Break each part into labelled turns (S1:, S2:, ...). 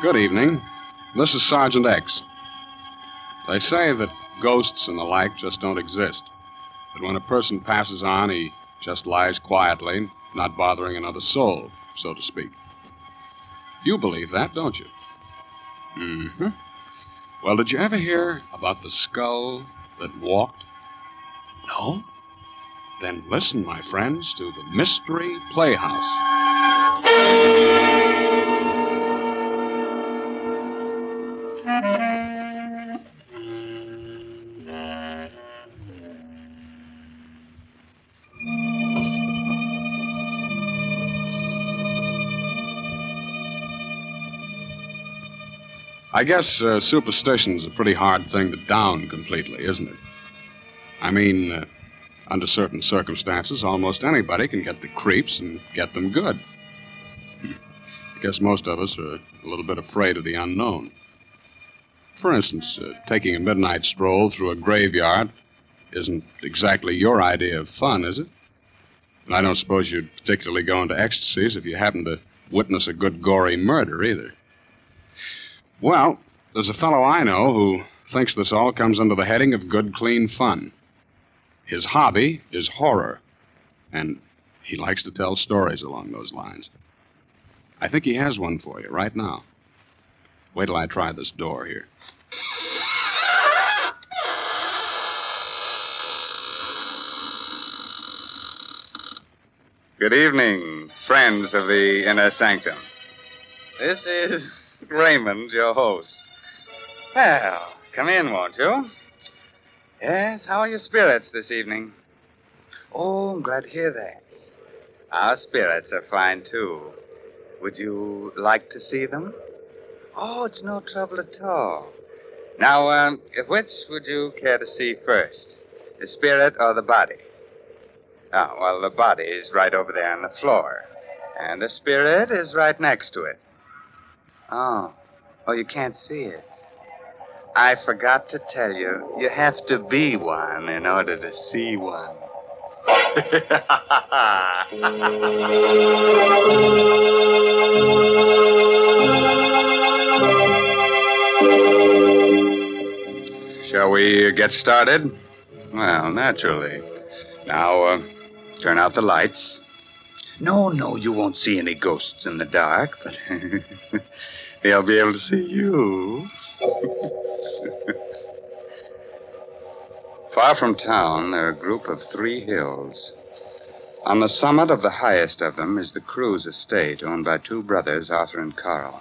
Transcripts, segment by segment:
S1: Good evening. This is Sergeant X. They say that ghosts and the like just don't exist. That when a person passes on, he just lies quietly, not bothering another soul, so to speak. You believe that, don't you? Mm hmm. Well, did you ever hear about the skull that walked? No? Then listen, my friends, to the Mystery Playhouse. I guess uh, superstition's a pretty hard thing to down completely, isn't it? I mean, uh, under certain circumstances, almost anybody can get the creeps and get them good. Hmm. I guess most of us are a little bit afraid of the unknown. For instance, uh, taking a midnight stroll through a graveyard isn't exactly your idea of fun, is it? And I don't suppose you'd particularly go into ecstasies if you happened to witness a good gory murder, either. Well, there's a fellow I know who thinks this all comes under the heading of good, clean fun. His hobby is horror, and he likes to tell stories along those lines. I think he has one for you right now. Wait till I try this door here.
S2: Good evening, friends of the inner sanctum. This is Raymond, your host. Well, come in, won't you? Yes, how are your spirits this evening? Oh, I'm glad to hear that. Our spirits are fine, too. Would you like to see them? Oh, it's no trouble at all. Now, um, which would you care to see first? The spirit or the body? Oh, well, the body is right over there on the floor. And the spirit is right next to it. Oh. Oh, you can't see it. I forgot to tell you, you have to be one in order to see one. Shall we uh, get started? Well, naturally. Now, uh, turn out the lights. No, no, you won't see any ghosts in the dark, but they'll be able to see you. Far from town, there are a group of three hills. On the summit of the highest of them is the Cruz estate, owned by two brothers, Arthur and Carl.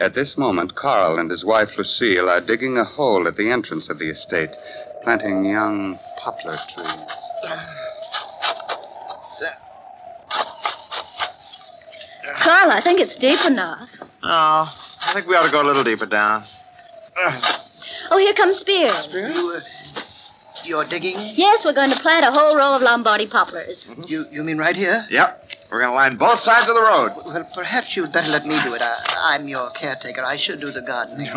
S2: At this moment, Carl and his wife, Lucille, are digging a hole at the entrance of the estate, planting young poplar trees.
S3: Carl, I think it's deep enough.
S4: No, Oh, I think we ought to go a little deeper down.
S3: Oh, here comes Spears.
S5: You, uh, you're
S4: Mm-hmm.
S5: digging?
S3: Yes, we're going to plant a whole row of Lombardy poplars.
S5: You, you mean right here?
S4: Yep, we're going to line both sides of the road.
S5: Well, perhaps you'd better let me do it. I, I'm your caretaker. I should do the gardening.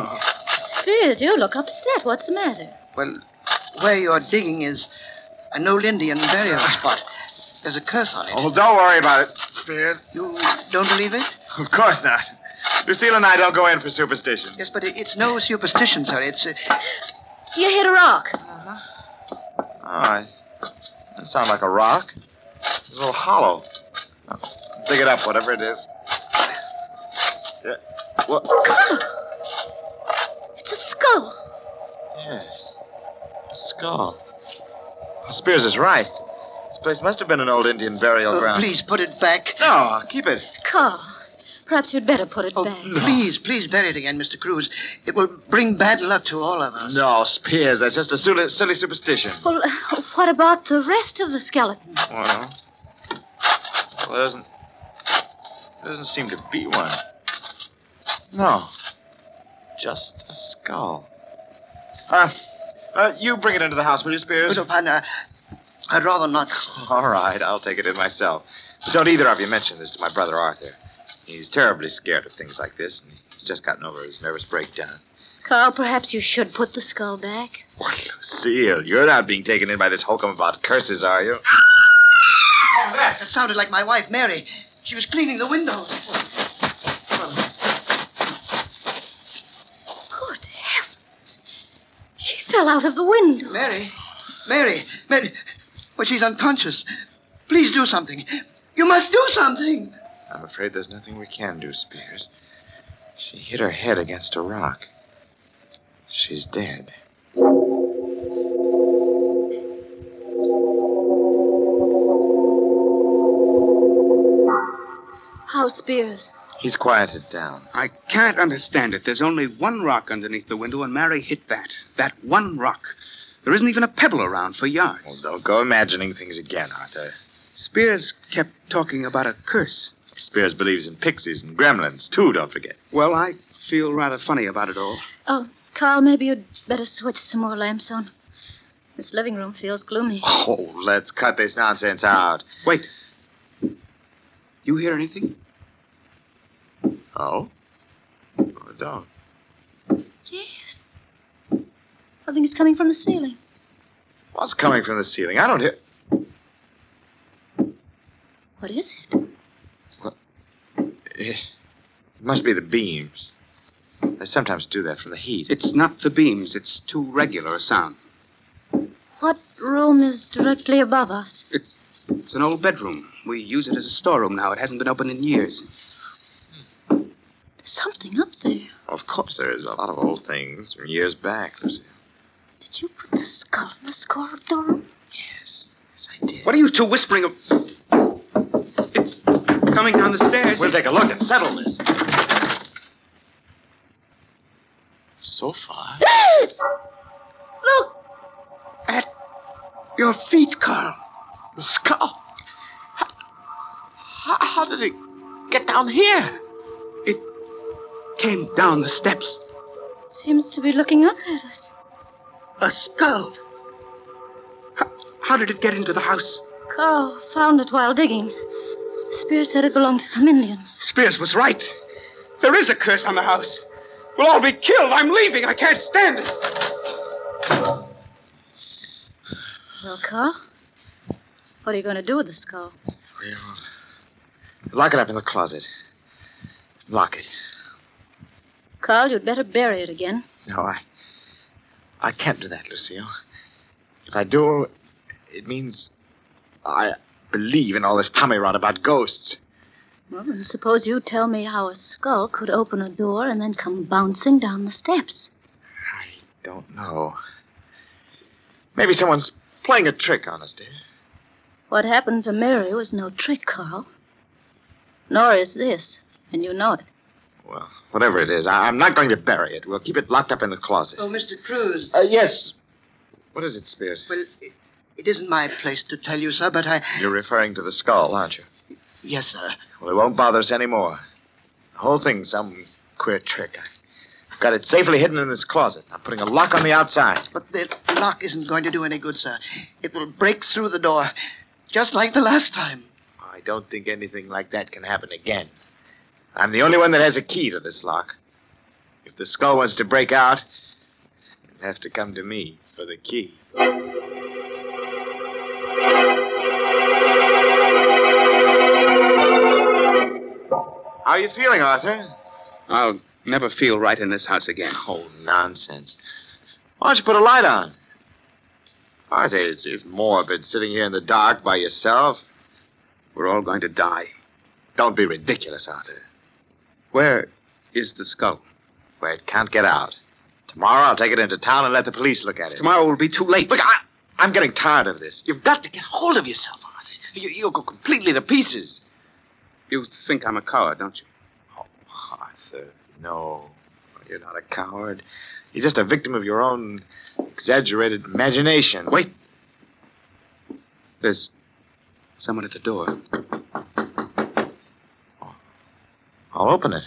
S3: Spears, you look upset. What's the matter?
S5: Well, where you're digging is an old Indian burial spot. There's a curse on it.
S4: Ah. Oh, don't worry about it, Spears.
S5: You don't believe it?
S4: Of course not. Lucille and I don't go in for superstition.
S5: Yes, but it, it's no superstition, sir. It's. Uh,
S3: You hit a rock.
S4: All right. That sounds like a rock. It's a little hollow. Oh, dig it up, whatever it is. Yeah. Well,
S3: It's a skull.
S4: yes. A skull. Spears is right. This place must have been an old Indian burial
S5: oh,
S4: ground.
S5: please put it back.
S4: No, keep it.
S3: Carl, perhaps you'd better put it
S5: Oh,
S3: back.
S5: please, please bury it again, Mr. Cruz. It will bring bad luck to all of us.
S4: No, Spears, that's just a silly, silly superstition.
S3: Well, uh, what about the rest of the skeleton?
S4: Well, well, there doesn't there doesn't seem to be one. No, just a skull. Uh, uh, you bring it into the house, will you, Spears?
S5: But, uh, I'd, uh, I'd rather not.
S4: All right, I'll take it in myself. But don't either of you mention this to my brother Arthur. He's terribly scared of things like this, and he's just gotten over his nervous breakdown.
S3: Carl, perhaps you should put the skull back.
S4: Well, Lucille, you're not being taken in by this hokum about curses, are you?
S5: That sounded like my wife, Mary. She was cleaning the window.
S3: fell out of the window.
S5: Mary, Mary, Mary. Well, she's unconscious. Please do something. You must do something.
S4: I'm afraid there's nothing we can do, Spears. She hit her head against a rock. She's dead.
S3: How Spears?
S4: He's quieted down.
S2: I can't understand it. There's only one rock underneath the window, and Mary hit that. That one rock. There isn't even a pebble around for yards.
S4: Well, don't go imagining things again, Arthur.
S2: Spears kept talking about a curse.
S4: Spears believes in pixies and gremlins, too, don't forget.
S2: Well, I feel rather funny about it all.
S3: Oh, Carl, maybe you'd better switch some more lamps on. This living room feels gloomy.
S4: Oh, let's cut this nonsense out.
S2: Wait. You hear anything?
S4: Oh? Oh, don't.
S3: Yes. I think it's coming from the ceiling.
S4: What's coming from the ceiling? I don't hear.
S3: What is it?
S4: It must be the beams. They sometimes do that from the heat.
S2: It's not the beams. It's too regular a sound.
S3: What room is directly above us?
S2: It's, it's an old bedroom. We use it as a storeroom now. It hasn't been opened in years.
S3: There's something up there.
S4: Of course, there is a lot of old things from years back, Lucille.
S3: Did you put the skull in this corridor?
S4: Yes, yes, I did.
S2: What are you two whispering of? It's coming down the stairs.
S4: We'll take a look and settle this. So far,
S3: Look!
S2: At your feet, Carl.
S4: the skull. How, how did it get down here?
S2: It came down the steps.
S3: Seems to be looking up at us.
S2: A skull. How, how did it get into the house?
S3: Carl found it while digging. Spears said it belonged to some Indian.
S2: Spears was right. There is a curse on the house. We'll all be killed. I'm leaving. I can't stand it.
S3: Well, Carl, what are you going to do with the skull?
S4: Lock it up in the closet. Lock it.
S3: Carl, you'd better bury it again.
S4: No, I. I can't do that, Lucille. If I do, it means I believe in all this tummy rot about ghosts.
S3: Well, then suppose you tell me how a skull could open a door and then come bouncing down the steps.
S4: I don't know. Maybe someone's playing a trick on us, dear.
S3: What happened to Mary was no trick, Carl. Nor is this, and you know it.
S4: Well, whatever it is, I- I'm not going to bury it. We'll keep it locked up in the closet.
S5: Oh, Mr. Cruz.
S4: Uh, yes. What is it, Spears?
S5: Well, it, it isn't my place to tell you, sir, but I.
S4: You're referring to the skull, aren't you?
S5: Yes, sir.
S4: Well, it won't bother us anymore. The whole thing's some queer trick. I've got it safely hidden in this closet. I'm putting a lock on the outside.
S5: But the lock isn't going to do any good, sir. It will break through the door, just like the last time.
S4: I don't think anything like that can happen again. I'm the only one that has a key to this lock. If the skull wants to break out, it'll have to come to me for the key. How are you feeling, Arthur?
S2: I'll never feel right in this house again.
S4: Oh, nonsense. Why don't you put a light on? Arthur, it's, it's morbid sitting here in the dark by yourself.
S2: We're all going to die.
S4: Don't be ridiculous, Arthur.
S2: Where is the skull?
S4: Where it can't get out. Tomorrow I'll take it into town and let the police look at it.
S2: Tomorrow will be too late.
S4: Look, I, I'm getting tired of this.
S6: You've got to get hold of yourself, Arthur. You, you'll go completely to pieces.
S2: You think I'm a coward, don't you?
S4: Oh, Arthur, no. You're not a coward. You're just a victim of your own exaggerated imagination.
S2: Wait. There's someone at the door.
S4: I'll open it.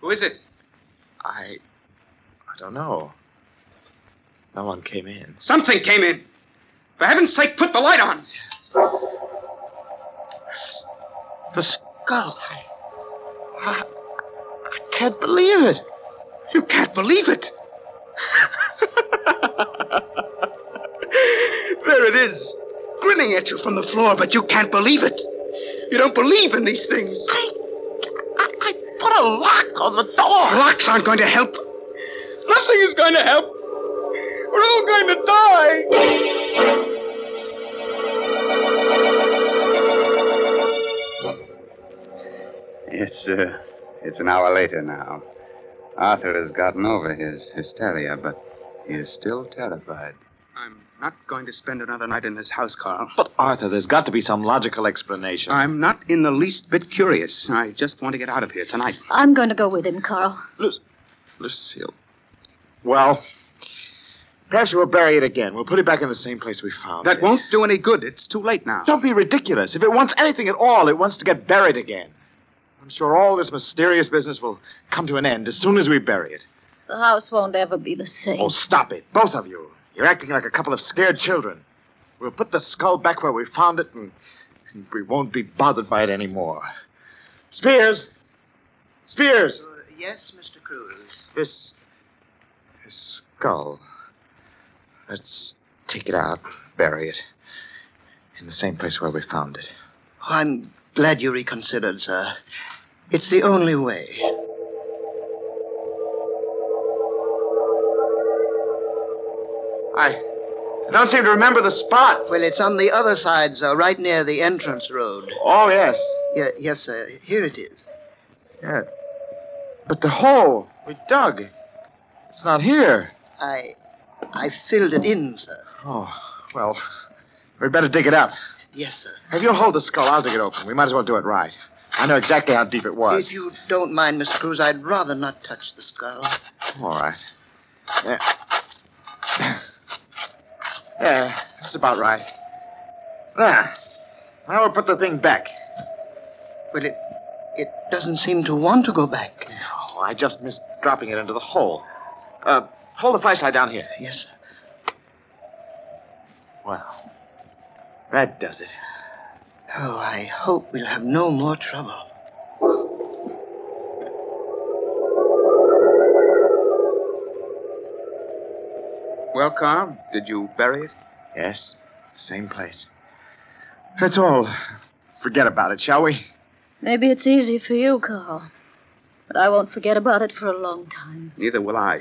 S2: Who is it?
S4: I. I don't know. No one came in.
S2: Something came in. For heaven's sake, put the light on.
S4: The skull. I, I, I can't believe it.
S2: You can't believe it. there it is, grinning at you from the floor, but you can't believe it. You don't believe in these things.
S6: I, I put a lock on the door.
S2: Locks aren't going to help. Nothing is going to help. We're all going to die. It's uh, it's an hour later now. Arthur has gotten over his hysteria, but he is still terrified.
S6: I'm not going to spend another night in this house, Carl.
S4: But, Arthur, there's got to be some logical explanation.
S6: I'm not in the least bit curious. I just want to get out of here tonight.
S3: I'm going to go with him, Carl.
S4: Lucille. Well, perhaps we'll bury it again. We'll put it back in the same place we found
S6: That
S4: it.
S6: won't do any good. It's too late now.
S4: Don't be ridiculous. If it wants anything at all, it wants to get buried again. I'm sure all this mysterious business will come to an end as soon as we bury it.
S3: The house won't ever be the same.
S4: Oh, stop it, both of you. You're acting like a couple of scared children. We'll put the skull back where we found it, and, and we won't be bothered by it anymore. Spears! Spears!
S5: Uh, yes, Mr. Cruz.
S4: This. this skull. Let's take it out, bury it. In the same place where we found it.
S5: I'm glad you reconsidered, sir. It's the only way.
S4: I. I don't seem to remember the spot.
S5: Well, it's on the other side, sir, right near the entrance road.
S4: Oh, yes.
S5: Ye- yes, sir. Here it is.
S4: Yeah. But the hole we dug. It's not here.
S5: I. I filled it in, sir.
S4: Oh, well. We'd better dig it up.
S5: Yes, sir.
S4: If you'll hold the skull, I'll dig it open. We might as well do it right. I know exactly how deep it was.
S5: If you don't mind, Mr. Cruz, I'd rather not touch the skull.
S4: All right. Yeah. Yeah, that's about right. There. Now we'll put the thing back.
S5: Well, it. It doesn't seem to want to go back.
S4: Oh, I just missed dropping it into the hole. Uh, hold the flashlight down here.
S5: Yes, sir.
S4: Well, that does it.
S5: Oh, I hope we'll have no more trouble.
S6: Well, Carl, did you bury it?
S4: Yes, same place. That's all. Forget about it, shall we?
S3: Maybe it's easy for you, Carl. But I won't forget about it for a long time.
S6: Neither will I.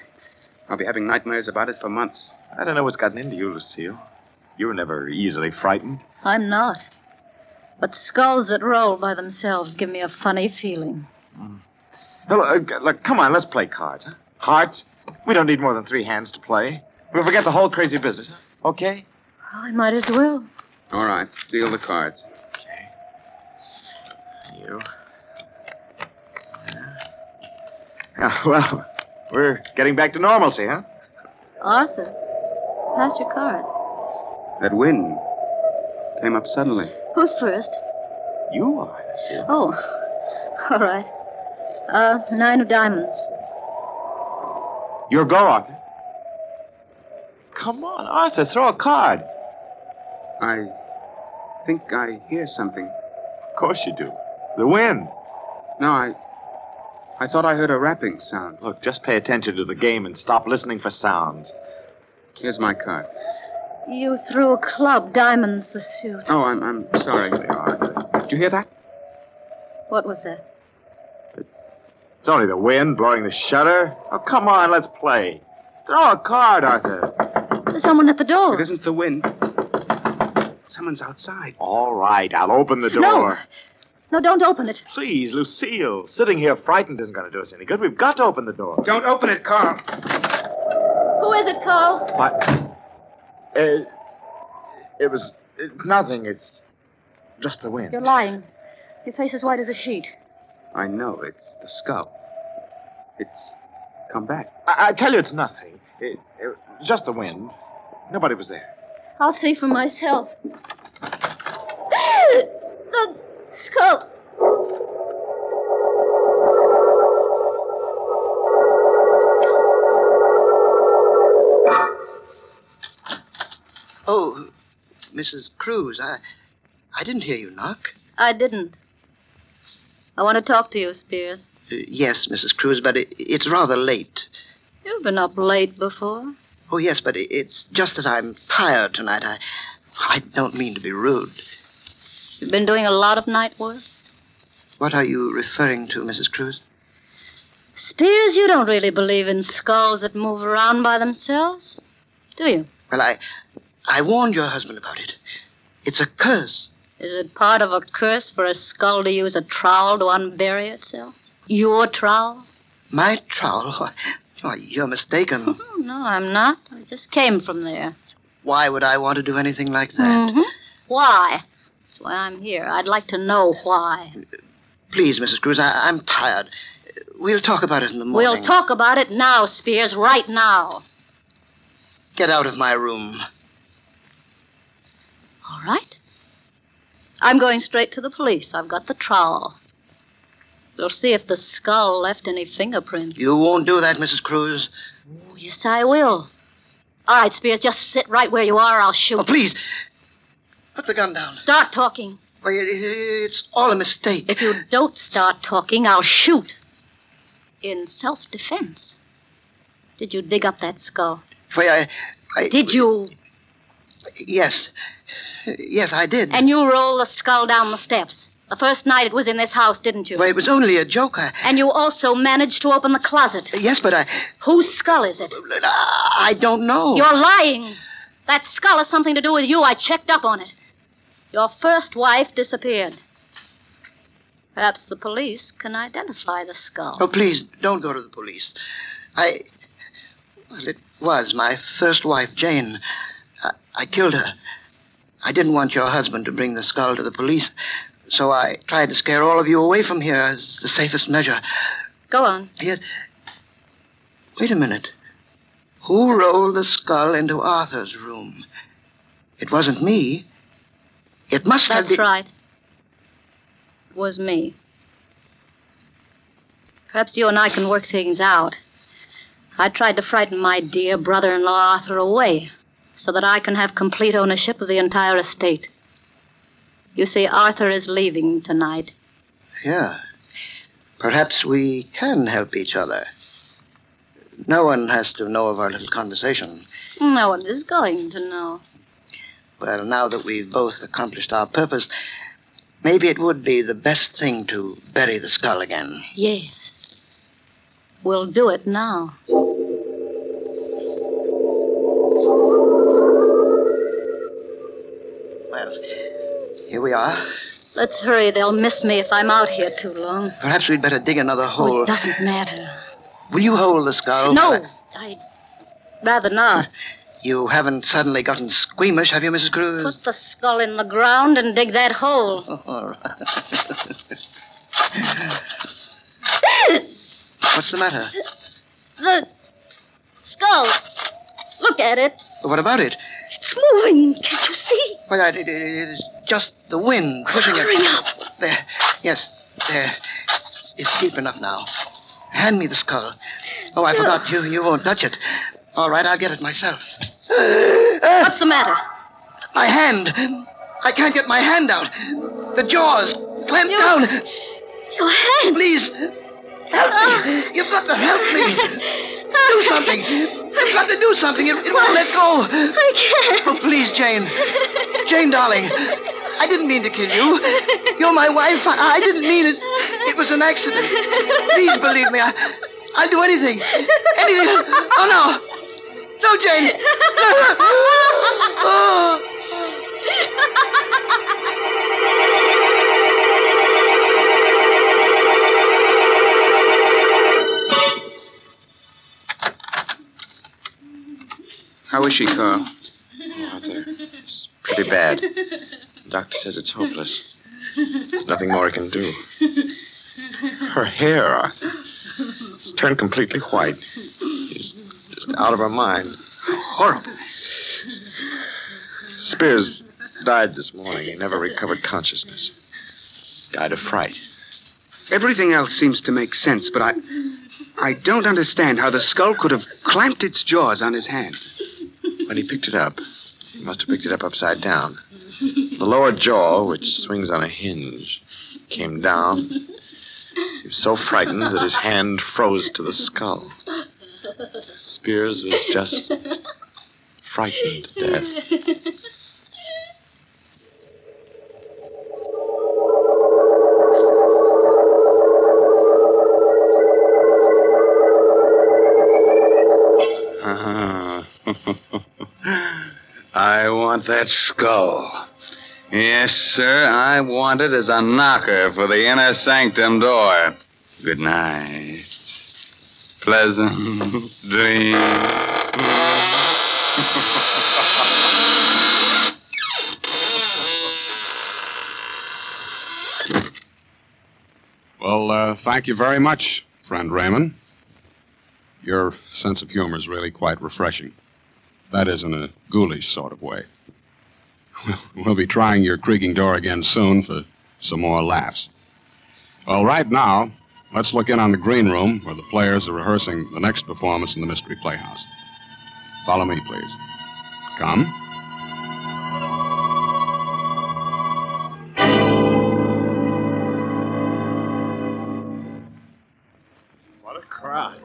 S6: I'll be having nightmares about it for months.
S4: I don't know what's gotten into you, Lucille. You were never easily frightened.
S3: I'm not. But skulls that roll by themselves give me a funny feeling.
S4: Well, uh, g- look, come on, let's play cards. Huh? Hearts? We don't need more than three hands to play. We'll forget the whole crazy business. Okay?
S3: Oh, I might as well.
S6: All right, deal the cards.
S4: You. Yeah, well, we're getting back to normalcy, huh?
S3: Arthur, pass your card.
S6: That wind came up suddenly.
S3: Who's first?
S4: You are, Lucille.
S3: Oh, all right. Uh, nine of diamonds.
S4: Your go, Arthur. Come on, Arthur, throw a card.
S6: I think I hear something.
S4: Of course you do. The wind.
S6: No, I. I thought I heard a rapping sound.
S4: Look, just pay attention to the game and stop listening for sounds.
S6: Here's my card.
S3: You threw a club, diamonds the suit.
S6: Oh, I'm, I'm sorry, Arthur. Did you hear that?
S3: What was that?
S4: It's only the wind blowing the shutter. Oh, come on, let's play. Throw a card, Arthur.
S3: There's someone at the door.
S6: It isn't the wind. Someone's outside.
S4: All right, I'll open the door.
S3: No. No, don't open it.
S4: Please, Lucille. Sitting here frightened isn't going to do us any good. We've got to open the door.
S6: Don't open it, Carl.
S3: Who is it, Carl?
S4: What? It, uh, it was it's nothing. It's just the wind.
S3: You're lying. Your face is white as a sheet.
S6: I know, it's the skull. It's come back.
S4: I, I tell you, it's nothing. It, it, just the wind. Nobody was there.
S3: I'll see for myself. the skull.
S5: Oh, Mrs. Cruz, I. I didn't hear you knock.
S3: I didn't. I want to talk to you, Spears.
S5: Uh, yes, Mrs. Cruz, but it, it's rather late.
S3: You've been up late before.
S5: Oh, yes, but it, it's just that I'm tired tonight. I. I don't mean to be rude.
S3: You've been doing a lot of night work.
S5: What are you referring to, Mrs. Cruz?
S3: Spears, you don't really believe in skulls that move around by themselves, do you?
S5: Well, I, I warned your husband about it. It's a curse.
S3: Is it part of a curse for a skull to use a trowel to unbury itself? Your trowel?
S5: My trowel. Why, you're mistaken.
S3: Oh, no, I'm not. I just came from there.
S5: Why would I want to do anything like that?
S3: Mhm. Why? That's why I'm here. I'd like to know why.
S5: Please, Mrs. Cruz, I, I'm tired. We'll talk about it in the morning.
S3: We'll talk about it now, Spears, right now.
S5: Get out of my room.
S3: All right. I'm going straight to the police. I've got the trowel. We'll see if the skull left any fingerprints.
S5: You won't do that, Mrs. Cruz.
S3: Oh, yes, I will. All right, Spears, just sit right where you are. I'll shoot.
S5: Oh, please, put the gun down.
S3: Start talking.
S5: Why, it- it- It's all a mistake.
S3: If you don't start talking, I'll shoot. In self defense. Did you dig up that skull?
S5: Why, I, I...
S3: Did you?
S5: Yes. Yes, I did.
S3: And you rolled the skull down the steps. The first night it was in this house, didn't you?
S5: Well, it was only a joke. I...
S3: And you also managed to open the closet.
S5: Yes, but I...
S3: Whose skull is it?
S5: I don't know.
S3: You're lying. That skull has something to do with you. I checked up on it. Your first wife disappeared. Perhaps the police can identify the skull.
S5: Oh, please, don't go to the police. I... Well, it was my first wife, Jane. I, I killed her. I didn't want your husband to bring the skull to the police, so I tried to scare all of you away from here as the safest measure.
S3: Go on.
S5: Yes. Wait a minute. Who rolled the skull into Arthur's room? It wasn't me. It must have
S3: That's
S5: been.
S3: right. It was me. Perhaps you and I can work things out. I tried to frighten my dear brother in law Arthur away so that I can have complete ownership of the entire estate. You see, Arthur is leaving tonight.
S5: Yeah. Perhaps we can help each other. No one has to know of our little conversation.
S3: No one is going to know.
S5: Well, now that we've both accomplished our purpose, maybe it would be the best thing to bury the skull again.
S3: Yes. We'll do it now.
S5: Well, here we are.
S3: Let's hurry. They'll miss me if I'm out here too long.
S5: Perhaps we'd better dig another
S3: Oh,
S5: hole.
S3: it doesn't matter. Oh.
S5: Will you hold the skull? Uh,
S3: No, I'd rather not.
S5: You haven't suddenly gotten squeamish, have you, Mrs. Cruz?
S3: Put the skull in the ground and dig that hole.
S5: What's the matter?
S3: The skull. Look at it.
S5: What about it?
S3: It's moving. Can't you see?
S5: Well, it, it, it is just the wind pushing it.
S3: Hurry up.
S5: There. Yes. There. It's deep enough now. Hand me the skull. Oh, I forgot. You, you won't touch it. All right, I'll get it myself. Ah,
S3: What's the matter?
S5: my hand. I can't get my hand out. The jaws. Clamp
S3: You-
S5: down.
S3: Your hand.
S5: Please. Help me. You've got to help me. Do something. You've got to do something. It, it won't let go.
S3: I can't.
S5: Oh, please, Jane. Jane, darling. I didn't mean to kill you. You're my wife. I, I didn't mean it. It was an accident. Please believe me. I, I'll do anything. Anything. Oh, no. No, Jane. No. Oh.
S4: How is she, Carl? Oh, there. It's pretty bad. The doctor says it's hopeless. There's nothing more he can do. Her hair. uh, It's turned completely white. She's just out of her mind. Horrible. Spears died this morning. He never recovered consciousness. Died of fright.
S6: Everything else seems to make sense, but I. I don't understand how the skull could have clamped its jaws on his hand.
S4: When he picked it up, he must have picked it up upside down. The lower jaw, which swings on a hinge, came down. He was so frightened that his hand froze to the skull. Spears was just frightened to death.
S2: want that skull. Yes, sir, I want it as a knocker for the inner sanctum door. Good night. Pleasant dreams.
S1: Well, uh, thank you very much, friend Raymond. Your sense of humor is really quite refreshing. That is, in a ghoulish sort of way. we'll be trying your creaking door again soon for some more laughs. Well, right now, let's look in on the green room where the players are rehearsing the next performance in the Mystery Playhouse. Follow me, please. Come.
S4: What a crowd.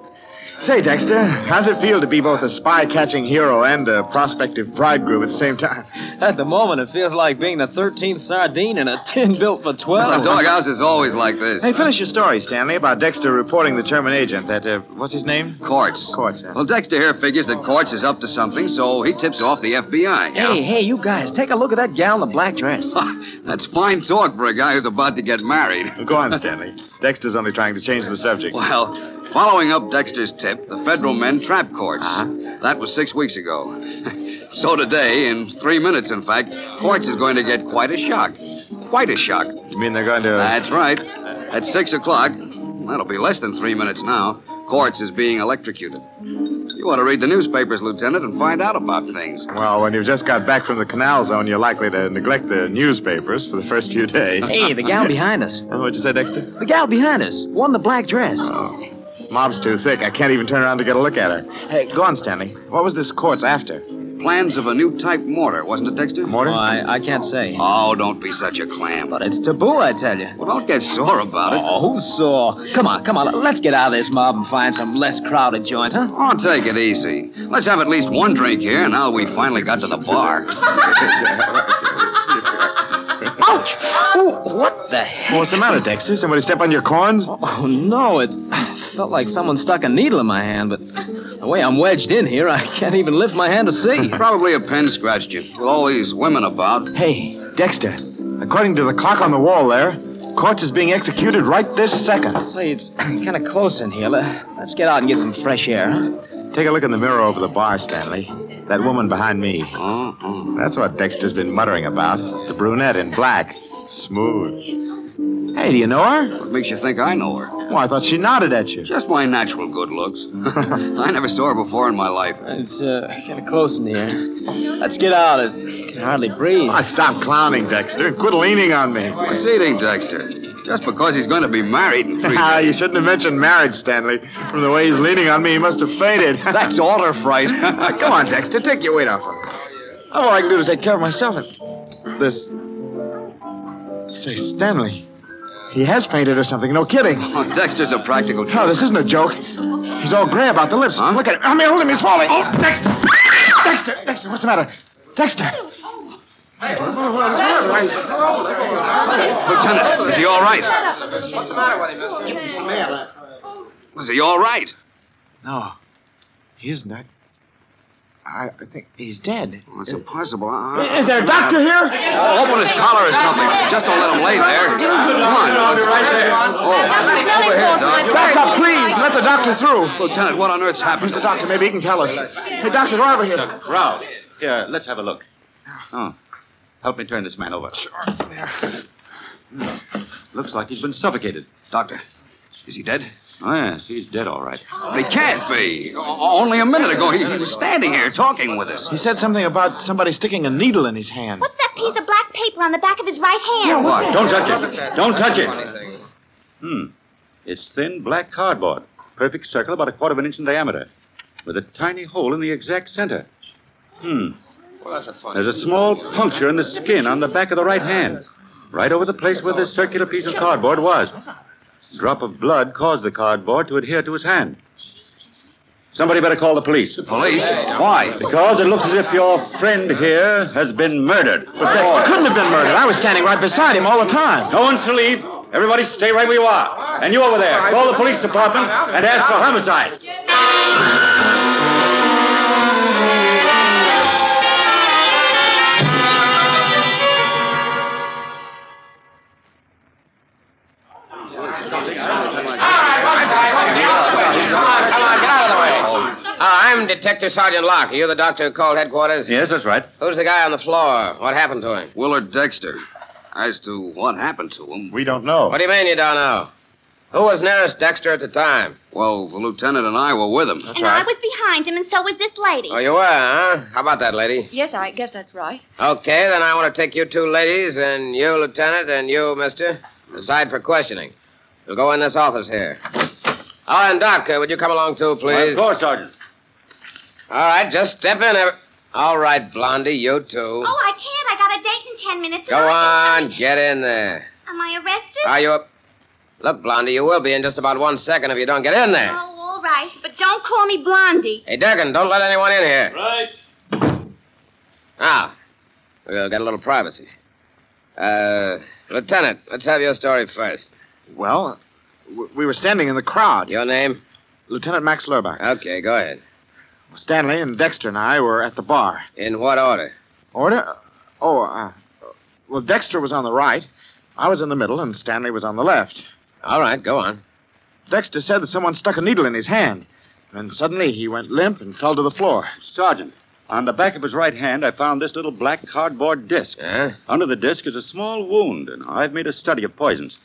S4: Say, Dexter, how's it feel to be both a spy catching hero and a prospective bridegroom at the same time?
S5: At the moment, it feels like being the 13th sardine in a tin built for 12.
S2: The doghouse is always like this.
S4: Hey, finish your story, Stanley, about Dexter reporting the German agent. That, uh, what's his name? uh,
S2: Courts.
S4: Quartz. huh?
S2: Well, Dexter here figures that Courts is up to something, so he tips off the FBI.
S5: Hey, hey, you guys, take a look at that gal in the black dress.
S2: That's fine talk for a guy who's about to get married.
S4: Go on, Stanley. Dexter's only trying to change the subject.
S2: Well, following up Dexter's tip, the federal men trapped Quartz. That was six weeks ago. so today, in three minutes, in fact, Quartz is going to get quite a shock. Quite a shock.
S4: You mean they're going to.
S2: That's right. At six o'clock, that'll be less than three minutes now, Quartz is being electrocuted. You ought to read the newspapers, Lieutenant, and find out about things.
S4: Well, when you've just got back from the canal zone, you're likely to neglect the newspapers for the first few days.
S5: Hey, the gal behind us.
S4: Uh, What'd you say, Dexter? Oh,
S5: The gal behind us. One in the black dress.
S4: Mob's too thick. I can't even turn around to get a look at her. Hey, go on, Stanley. What was this quartz after?
S2: Plans of a new type mortar, wasn't it, Dexter?
S4: Mortar?
S5: Oh, I, I can't say.
S2: Oh, don't be such a clam.
S5: But it's taboo, I tell you.
S2: Well, don't get sore about it.
S5: Oh, who's sore? Come on, come on. Let's get out of this mob and find some less crowded joint, huh?
S2: Oh, take it easy. Let's have at least one drink here now we finally got to the bar.
S5: Ouch! Oh, what the heck?
S4: What's the matter, Dexter? Somebody step on your corns?
S5: Oh, no, it felt like someone stuck a needle in my hand, but the way I'm wedged in here, I can't even lift my hand to see.
S2: Probably a pen scratched you with all these women about.
S4: Hey, Dexter. According to the clock on the wall there, Quartz is being executed right this second.
S5: Say, it's kind of close in here. Let- Let's get out and get some fresh air, huh?
S4: Take a look in the mirror over the bar, Stanley. That woman behind me.
S2: Oh, oh.
S4: That's what Dexter's been muttering about. The brunette in black. Smooth. Hey, do you know her?
S2: What makes you think I know her?
S4: Well, I thought she nodded at you.
S2: Just my natural good looks. I never saw her before in my life.
S5: It's uh, kind of close in here. Let's get out. I can hardly breathe.
S4: Oh, stop clowning, Dexter. Quit leaning on me.
S2: What's eating Dexter? Just because he's going to be married in three
S4: Ah, you shouldn't have mentioned marriage, Stanley. From the way he's leaning on me, he must have fainted.
S2: That's order fright.
S4: Come on, Dexter. Take your weight off him. All I can do is take care of myself and this. Say, Stanley. He has fainted or something. No kidding.
S2: Oh, Dexter's a practical
S4: No, this isn't a joke. He's all gray about the lips.
S2: Huh?
S4: Look at him. I mean, hold him. He's falling. Oh, Dexter. Dexter. Dexter, what's the matter? Dexter.
S2: Lieutenant, is he all right?
S7: What's the matter with him?
S2: Is he all right?
S4: No, he isn't. I, I I think he's dead.
S2: Well, it's impossible. I- I-
S4: Is there a doctor here?
S2: Oh, open his collar or something. Just don't let him lay there. Come on.
S4: I'll be right there.
S2: Oh, over here, Doc.
S4: Back up, please. Let the doctor through.
S2: Lieutenant, what on earth's happened?
S4: Mr. Doctor, maybe he can tell us. Hey, Doctor, they're over here.
S8: Ralph, here, let's have a look.
S2: Oh.
S8: Help me turn this man over. Sure. Looks like he's been suffocated.
S2: Doctor, is he dead?
S8: Oh, yes, he's dead all right.
S2: He can't be. O- Only a minute ago, he, he was standing here talking with us.
S4: He said something about somebody sticking a needle in his hand.
S3: What's that piece of black paper on the back of his right hand?
S2: What?
S8: Don't touch it. Don't touch it. Hmm. It's thin black cardboard. Perfect circle, about a quarter of an inch in diameter, with a tiny hole in the exact center. Hmm. There's a small puncture in the skin on the back of the right hand, right over the place where this circular piece of cardboard was. A drop of blood caused the cardboard to adhere to his hand. Somebody better call the police.
S2: Police? Why?
S8: Because it looks as if your friend here has been murdered.
S4: But Dexter couldn't have been murdered. I was standing right beside him all the time.
S8: No one's to leave. Everybody stay right where you are. And you over there, call the police department and ask for homicide.
S9: Uh, I'm Detective Sergeant Locke. Are you the doctor who called headquarters?
S10: Yes, that's right.
S9: Who's the guy on the floor? What happened to him?
S10: Willard Dexter. As to what happened to him, we don't know.
S9: What do you mean you don't know? Who was nearest Dexter at the time?
S10: Well, the lieutenant and I were with him.
S3: and I was behind him, and so was this lady.
S9: Oh, you were, huh? How about that, lady?
S3: Yes, I guess that's right.
S9: Okay, then I want to take you two ladies, and you, Lieutenant, and you, Mister, aside for questioning. You'll go in this office here. Oh, and Doc, uh, would you come along too, please?
S2: Of course, Sergeant.
S9: All right, just step in. Every... All right, Blondie, you too.
S3: Oh, I can't. I got a date in ten minutes.
S9: Go on, get in there.
S3: Am I arrested?
S9: Are you up? Look, Blondie, you will be in just about one second if you don't get in there.
S3: Oh, all right, but don't call me Blondie.
S9: Hey, Durkin, don't let anyone in here. Right. Now, we'll get a little privacy. Uh, Lieutenant, let's have your story first.
S4: Well, w- we were standing in the crowd.
S9: Your name?
S4: Lieutenant Max Lurbach.
S9: Okay, go ahead.
S4: Stanley and Dexter and I were at the bar.
S9: In what order?
S4: Order? Oh, uh, well, Dexter was on the right. I was in the middle, and Stanley was on the left.
S9: All right, go on.
S4: Dexter said that someone stuck a needle in his hand, and suddenly he went limp and fell to the floor.
S2: Sergeant, on the back of his right hand, I found this little black cardboard disc.
S9: Uh-huh.
S2: Under the disc is a small wound, and I've made a study of poisons.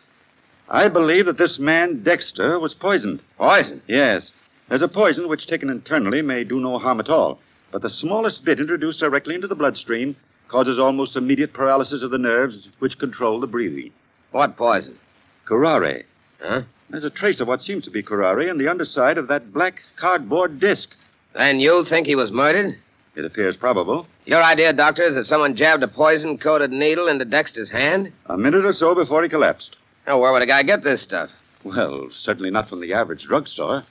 S2: I believe that this man, Dexter, was poisoned.
S9: Poison?
S2: Yes. There's a poison which, taken internally, may do no harm at all. But the smallest bit introduced directly into the bloodstream causes almost immediate paralysis of the nerves which control the breathing.
S9: What poison?
S2: Curare.
S9: Huh?
S2: There's a trace of what seems to be curare in the underside of that black cardboard disc.
S9: Then you think he was murdered?
S2: It appears probable.
S9: Your idea, Doctor, is that someone jabbed a poison coated needle into Dexter's hand?
S2: A minute or so before he collapsed.
S9: Now, where would a guy get this stuff?
S2: Well, certainly not from the average drugstore.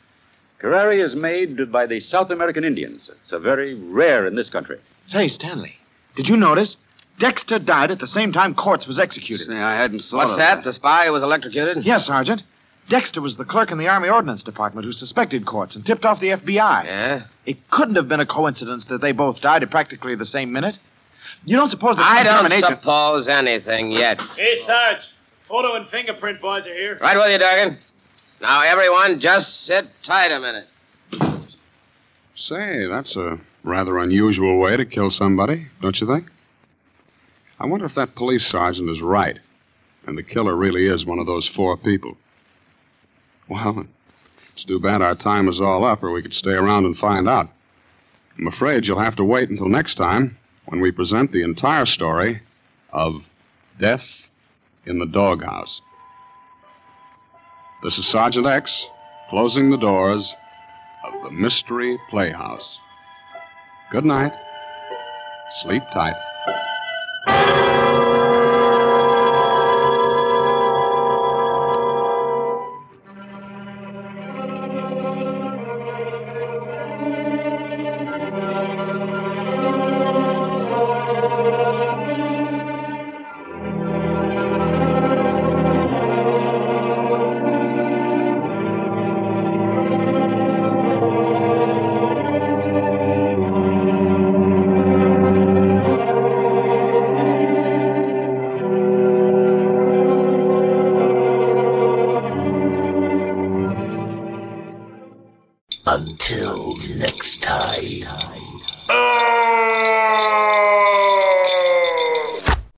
S2: Curare is made by the South American Indians. It's a very rare in this country.
S4: Say, Stanley, did you notice? Dexter died at the same time Quartz was executed.
S10: I hadn't thought
S9: What's that? The spy who was electrocuted?
S4: Yes, Sergeant. Dexter was the clerk in the Army Ordnance Department who suspected Quartz and tipped off the FBI.
S9: Yeah?
S4: It couldn't have been a coincidence that they both died at practically the same minute. You don't suppose that
S9: I don't
S4: contamination-
S9: suppose anything yet.
S11: Hey, Sarge. Photo and fingerprint boys are here.
S9: Right with you, Durgan. Now, everyone, just sit tight a minute.
S1: Say, that's a rather unusual way to kill somebody, don't you think? I wonder if that police sergeant is right, and the killer really is one of those four people. Well, it's too bad our time is all up, or we could stay around and find out. I'm afraid you'll have to wait until next time when we present the entire story of Death in the Doghouse. This is Sergeant X closing the doors of the Mystery Playhouse. Good night. Sleep tight.
S12: Until next time.